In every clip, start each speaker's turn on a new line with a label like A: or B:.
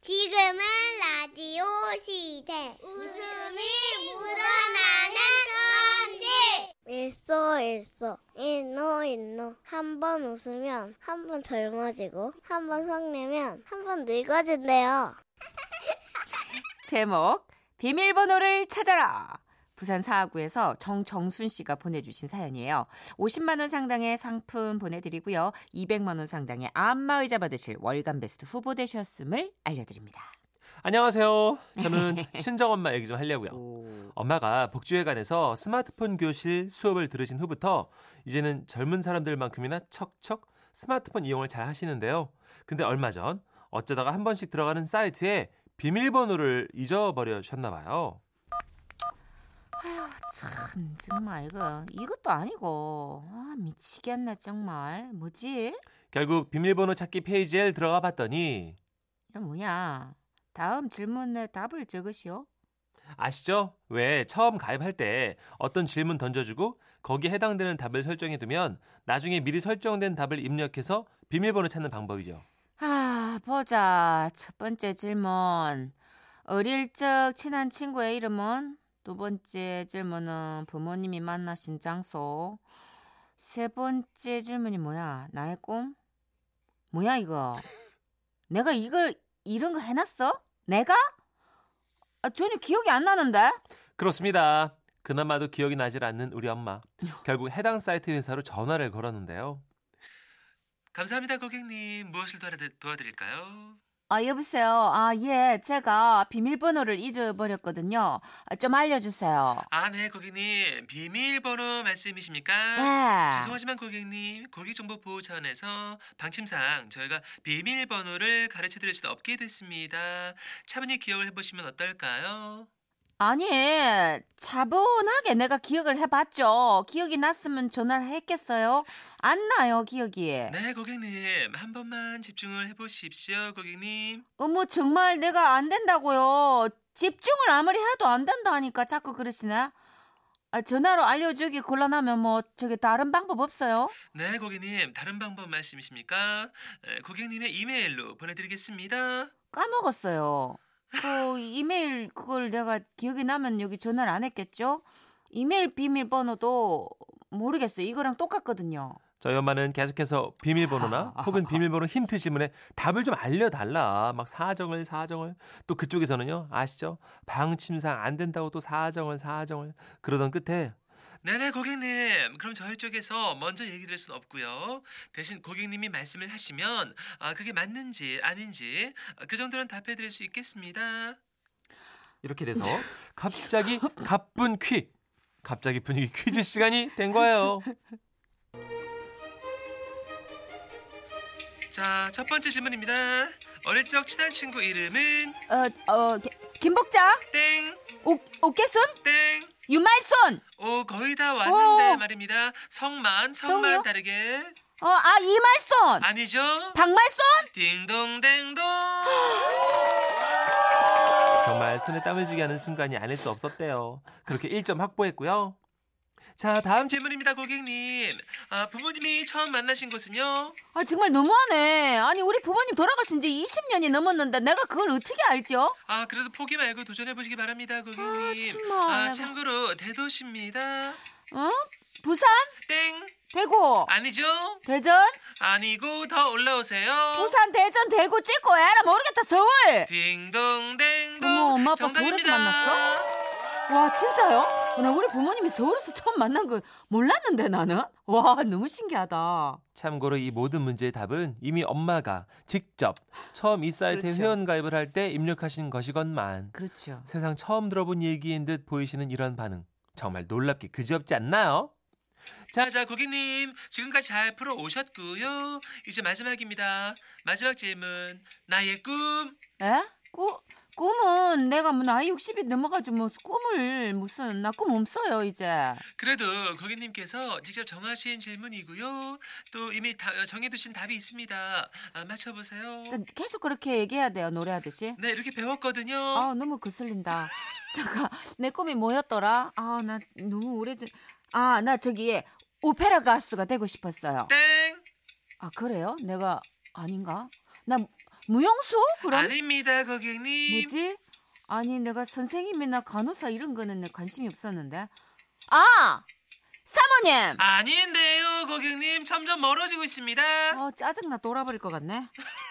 A: 지금은 라디오 시대. 웃음이 묻어나는 편지. 일소 일소 일노 일노 한 번 웃으면 한 번 젊어지고 한 번 성내면 한 번 늙어진대요.
B: 제목 비밀번호를 찾아라. 부산 사하구에서 정정순 씨가 보내주신 사연이에요. 50만 원 상당의 상품 보내드리고요. 200만 원 상당의 안마의자 받으실 월간 베스트 후보 되셨음을 알려드립니다.
C: 안녕하세요. 저는 친정 엄마 얘기 좀 하려고요.
B: 오.
C: 엄마가 복지회관에서 스마트폰 교실 수업을 들으신 후부터 이제는 젊은 사람들만큼이나 척척 스마트폰 이용을 잘 하시는데요. 근데 얼마 전 어쩌다가 한 번씩 들어가는 사이트에 비밀번호를 잊어버려셨나 봐요.
B: 참 정말 이거 이것도 아니고 아 미치겠네 정말 뭐지?
C: 결국 비밀번호 찾기 페이지에 들어가 봤더니
B: 이거 뭐야? 다음 질문에 답을 적으시오.
C: 아시죠? 왜 처음 가입할 때 어떤 질문 던져주고 거기에 해당되는 답을 설정해두면 나중에 미리 설정된 답을 입력해서 비밀번호 찾는 방법이죠.
B: 아, 보자. 첫 번째 질문. 어릴 적 친한 친구의 이름은? 두 번째 질문은 부모님이 만나신 장소. 세 번째 질문이 뭐야? 나의 꿈? 뭐야, 이거? 내가 이걸, 이런 거 해놨어? 내가? 아, 전혀 기억이 안 나는데?
C: 그렇습니다. 그나마도 기억이 나질 않는 우리 엄마. 결국 해당 사이트 회사로 전화를 걸었는데요. 감사합니다, 고객님. 무엇을 도와드릴, 까요
B: 아, 여보세요. 아, 예. 제가 비밀번호를 잊어버렸거든요. 아, 좀 알려주세요.
C: 아, 네, 고객님. 비밀번호 말씀이십니까?
B: 예.
C: 아, 죄송하지만 고객님, 고객정보보호 차원에서 방침상 저희가 비밀번호를 가르쳐드릴 수 없게 됐습니다. 차분히 기억을 해보시면 어떨까요?
B: 아니, 차분하게 내가 기억을 해봤죠. 기억이 났으면 전화를 했겠어요? 안 나요, 기억이.
C: 네, 고객님. 한 번만 집중을 해보십시오, 고객님.
B: 어머, 정말 내가 안 된다고요. 집중을 아무리 해도 안 된다니까 자꾸 그러시네. 아, 전화로 알려주기 곤란하면 뭐, 저기 다른 방법 없어요?
C: 네, 고객님. 다른 방법 말씀이십니까? 에, 고객님의 이메일로 보내드리겠습니다.
B: 까먹었어요. 그 이메일 그걸 내가 기억이 나면 여기 전화를 안 했겠죠? 이메일 비밀번호도 모르겠어요. 이거랑 똑같거든요.
C: 저희 엄마는 계속해서 비밀번호나 혹은 비밀번호 힌트 질문에 답을 좀 알려달라. 막 사정을 사정을. 또 그쪽에서는요. 아시죠? 방침상 안 된다고 또 사정을 사정을. 그러던 끝에 네네 고객님 그럼 저희 쪽에서 먼저 얘기 드릴 순 없고요 대신 고객님이 말씀을 하시면 아 그게 맞는지 아닌지 그 정도는 답해 드릴 수 있겠습니다 이렇게 돼서 갑자기 가쁜 퀴 갑자기 분위기 퀴즈 시간이 된 거예요 자 첫 번째 질문입니다 어릴 적 친한 친구 이름은
B: 어, 어, 기- 김복자? 옥, 옥개순?
C: 땡땡
B: 유말손!
C: 오 거의 다 왔는데
B: 오.
C: 말입니다. 성만
B: 성이요?
C: 성만 다르게
B: 어, 아, 이말손!
C: 아니죠?
B: 박말손!
C: 딩동댕동. 정말 손에 땀을 주게 하는 순간이 아닐 수 없었대요. 그렇게 1점 확보했고요. 자 다음 질문입니다 고객님. 아, 부모님이 처음 만나신 곳은요?
B: 아, 정말 너무하네. 아니, 우리 부모님 돌아가신 지 20년이 넘었는데 내가 그걸 어떻게 알죠?
C: 아 그래도 포기 말고 도전해 보시기 바랍니다
B: 아,
C: 고객님.
B: 정말.
C: 참고로 대도시입니다.
B: 어? 부산?
C: 땡
B: 대구?
C: 아니죠?
B: 대전?
C: 아니고 더 올라오세요.
B: 부산, 대전, 대구 찍고 에라 모르겠다, 서울!
C: 딩동댕동.
B: 어머, 엄마, 아빠
C: 정답입니다.
B: 서울에서 만났어? 와, 진짜요? 어, 나 우리 부모님이 서울에서 처음 만난 거 몰랐는데, 나는? 와, 너무 신기하다.
C: 참고로 이 모든 문제의 답은 이미 엄마가 직접 처음 이 사이트에
B: 그렇죠.
C: 회원가입을 할 때 입력하신 것이건만
B: 그렇죠.
C: 세상 처음 들어본 얘기인 듯 보이시는 이런 반응 정말 놀랍게 그지없지 않나요? 자자 고객님 지금까지 잘 풀어 오셨고요 이제 마지막입니다 마지막 질문 나의 꿈
B: 에? 꿈 꿈은 내가 뭐 나이 60이 넘어가지고 뭐 꿈을 무슨 나 꿈 없어요 이제.
C: 그래도 고객님께서 직접 정하신 질문이고요 또 이미
D: 어,
C: 정해두신 답이 있습니다
D: 아,
C: 맞춰보세요
B: 그, 계속 그렇게 얘기해야 돼요 노래하듯이.
C: 네 이렇게 배웠거든요
D: 어.
B: 아 너무 거슬린다. 잠깐 내 꿈이 뭐였더라? 아 나 너무 오래전. 아 나 저기 오페라
D: 네.
B: 가수가 되고 싶었어요.
C: 땡
B: 아 그래요? 내가 아닌가? 나 무용수? 그럼
D: 아닙니다, 고객님.
B: 뭐지? 아니 내가 선생님이나 간호사 이런 거는 내 관심이 없었는데. 아 사모님.
D: 아닌데요, 고객님. 점점 멀어지고 있습니다.
B: 아 짜증나 돌아버릴 것 같네.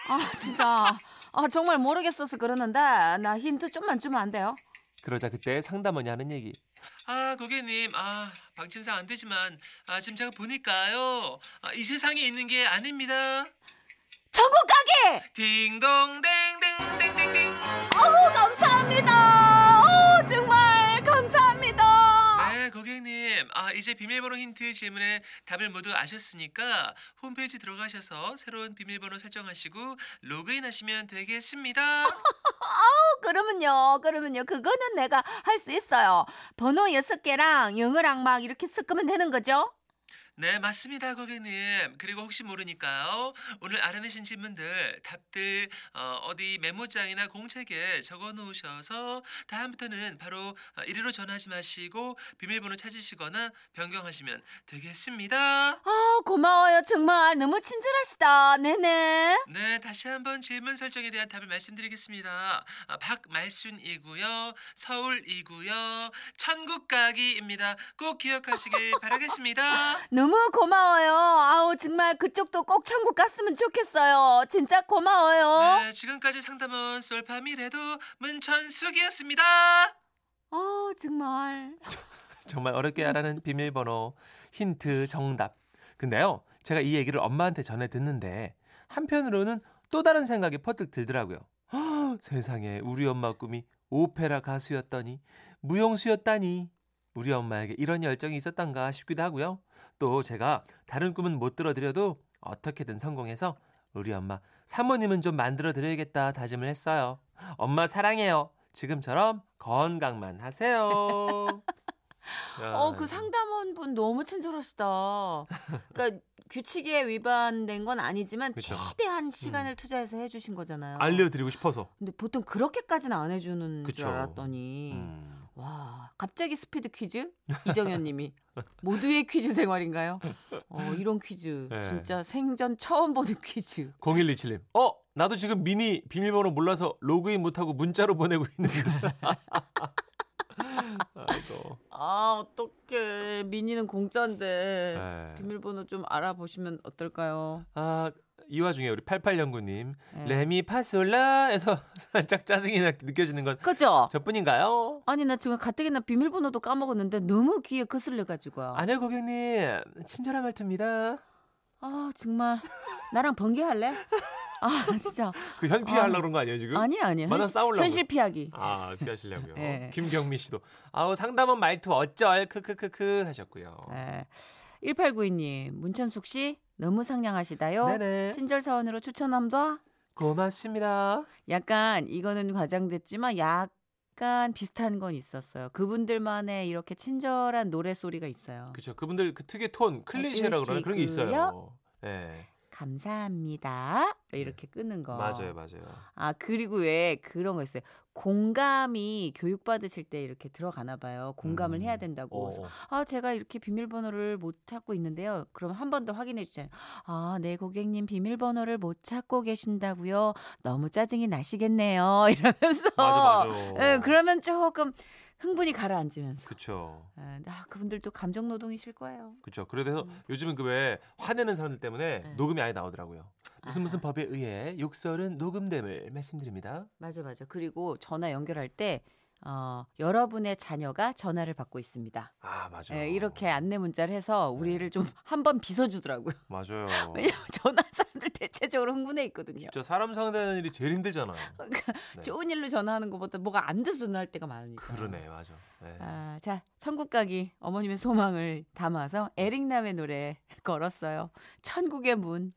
B: 아 진짜 아 정말 모르겠어서 그러는데 나 힌트 좀만 주면 안 돼요?
C: 그러자 그때 상담원이 하는 얘기.
D: 아, 고객님. 아, 방침상 안 되지만 아, 지금 제가 보니까요. 아, 이 세상에 있는 게 아닙니다.
B: 전국 가게.
D: 딩동댕댕댕댕댕.
B: 어우 감사합니다. 어 정말 감사합니다.
D: 네, 고객님. 아, 이제 비밀번호 힌트 질문에 답을 모두 아셨으니까 홈페이지 들어가셔서 새로운 비밀번호 설정하시고 로그인하시면 되겠습니다.
B: 어, 그러면요, 그러면요, 그거는 내가 할 수 있어요. 번호 여섯 개랑 영어랑 막 이렇게 섞으면 되는 거죠?
D: 네, 맞습니다, 고객님. 그리고 혹시 모르니까요. 오늘 알아내신 질문들, 답들 어, 디 메모장이나 공책에 적어 놓으셔서 다음부터는 바로 아, 이리로 전화하지 마시고 비밀번호 찾으시거나 변경하시면 되겠습니다.
B: 아, 고마워요. 정말 너무 친절하시다. 네네.
D: 네, 다시 한번 질문 설정에 대한 답을 말씀드리겠습니다. 아, 박말순이고요. 서울이고요. 천국가기입니다. 꼭 기억하시길 바라겠습니다.
B: 너무 고마워요. 아우, 정말 그쪽도 꼭 천국 갔으면 좋겠어요. 진짜
C: 어?
B: 고마워요.
D: 네, 지금까지 상담원 솔파미레도 문천숙이었습니다.
B: 아, 정말.
C: 정말 어렵게 알아낸 비밀번호, 힌트, 정답. 근데요, 제가 이 얘기를 엄마한테 전해 듣는데 한편으로는 또 다른 생각이 퍼뜩 들더라고요. 헉, 세상에 우리 엄마 꿈이 오페라 가수였더니 무용수였다니 우리 엄마에게 이런 열정이 있었던가 싶기도 하고요. 또 제가 다른 꿈은 못 들어드려도 어떻게든 성공해서 우리 엄마 사모님은 좀 만들어 드려야겠다 다짐을 했어요. 엄마 사랑해요. 지금처럼 건강만 하세요. 아,
B: 어, 그 상담원 분 너무 친절하시다. 그러니까 규칙에 위반된 건 아니지만
C: 그쵸. 음.
B: 최대한 시간을 투자해서 해주신 거잖아요.
C: 알려드리고 싶어서.
B: 근데 보통 그렇게까지는 안 해주는 줄
C: 그쵸.
B: 알았더니
C: 음.
B: 와 갑자기 스피드 퀴즈 이정현님이 모두의 퀴즈 생활인가요? 어 이런 퀴즈
C: 네.
B: 진짜 생전 처음 보는 퀴즈.
C: 0127님. 어, 나도 지금 미니 비밀번호 몰라서 로그인 못하고 문자로 보내고 있는 거. 아이고.
B: 아 어떡해 미니는 공짜인데
C: 네.
B: 비밀번호 좀 알아보시면 어떨까요?
C: 아, 이 와중에 우리 8809님.
B: 네.
C: 레미파솔라에서 살짝 짜증이 나- 느껴지는 건
B: 그죠?
C: 저뿐인가요?
B: 아니 나 지금 가뜩이나 비밀번호도 까먹었는데 너무 귀에 거슬려 가지고요.
C: 아니요, 고객님. 친절한 말투입니다.
B: 아 정말 나랑 번개할래? 아 진짜
C: 그 현피하려고 그런 거 아니에요, 지금?
B: 아니 아니
C: 만나
B: 현실,
C: 싸우려고.
B: 현실 피하기.
C: 아, 피하시려고요.
B: 네.
C: 김경미 씨도 아우 상담원 말투 어쩔 크크크크 하셨고요.
B: 네. 1892님, 문천숙 씨 너무 상냥하시다요.
C: 네네.
B: 어, 친절 사원으로 추천함도
C: 고맙습니다.
B: 약간 이거는 과장됐지만 약간 비슷한 건 있었어요. 그분들만의 이렇게 친절한 노래 소리가 있어요. 어,
C: 그렇죠. 그분들 그 특유의 톤, 클리셰라고 그러나 그런 게 있어요. 예.
B: 감사합니다. 이렇게 끄는 거.
C: 맞아요, 맞아요.
B: 아 그리고 왜 그런 거 있어요. 공감이 교육 받으실 때 이렇게 들어가나 봐요. 공감을
C: 음.
B: 해야 된다고.
C: 어, 어.
B: 아, 제가 이렇게 비밀번호를 못 찾고 있는데요. 그럼 한 번 더 확인해 주세요. 아, 네, 고객님 비밀번호를 못 찾고 계신다고요. 너무 짜증이 나시겠네요. 이러면서.
C: 맞아, 어. 맞아.
B: 예, 그러면 조금 흥분이 가라앉으면서.
C: 그렇죠.
B: 예, 아, 그분들도 감정 노동이실 거예요.
C: 그렇죠. 그래서 요즘은 그 왜 화내는 사람들 때문에
B: 음. 네.
C: 녹음이 아예 나오더라고요. 무슨
B: 아.
C: 무슨 법에 의해 욕설은 녹음됨을 말씀드립니다.
B: 맞아, 맞아. 그리고 전화 연결할 때 어, 여러분의 자녀가 전화를 받고 있습니다.
C: 아, 맞아.
B: 예, 이렇게 안내 문자를 해서
C: 네.
B: 우리를 좀 한 번 비서주더라고요.
C: 맞아요.
B: 왜냐면 전화 사람들 대체적으로 흥분해 있거든요.
C: 진짜 사람 상대하는 일이 제일 힘들잖아요. 네.
B: 좋은 일로 전화하는 것보다 뭐가 안 돼서 전화할 때가 많으니까.
C: 그러네, 맞아. 네.
B: 아, 자, 천국 가기
C: 네.
B: 어머님의 소망을 담아서 에릭남의 노래 걸었어요. 천국의 문.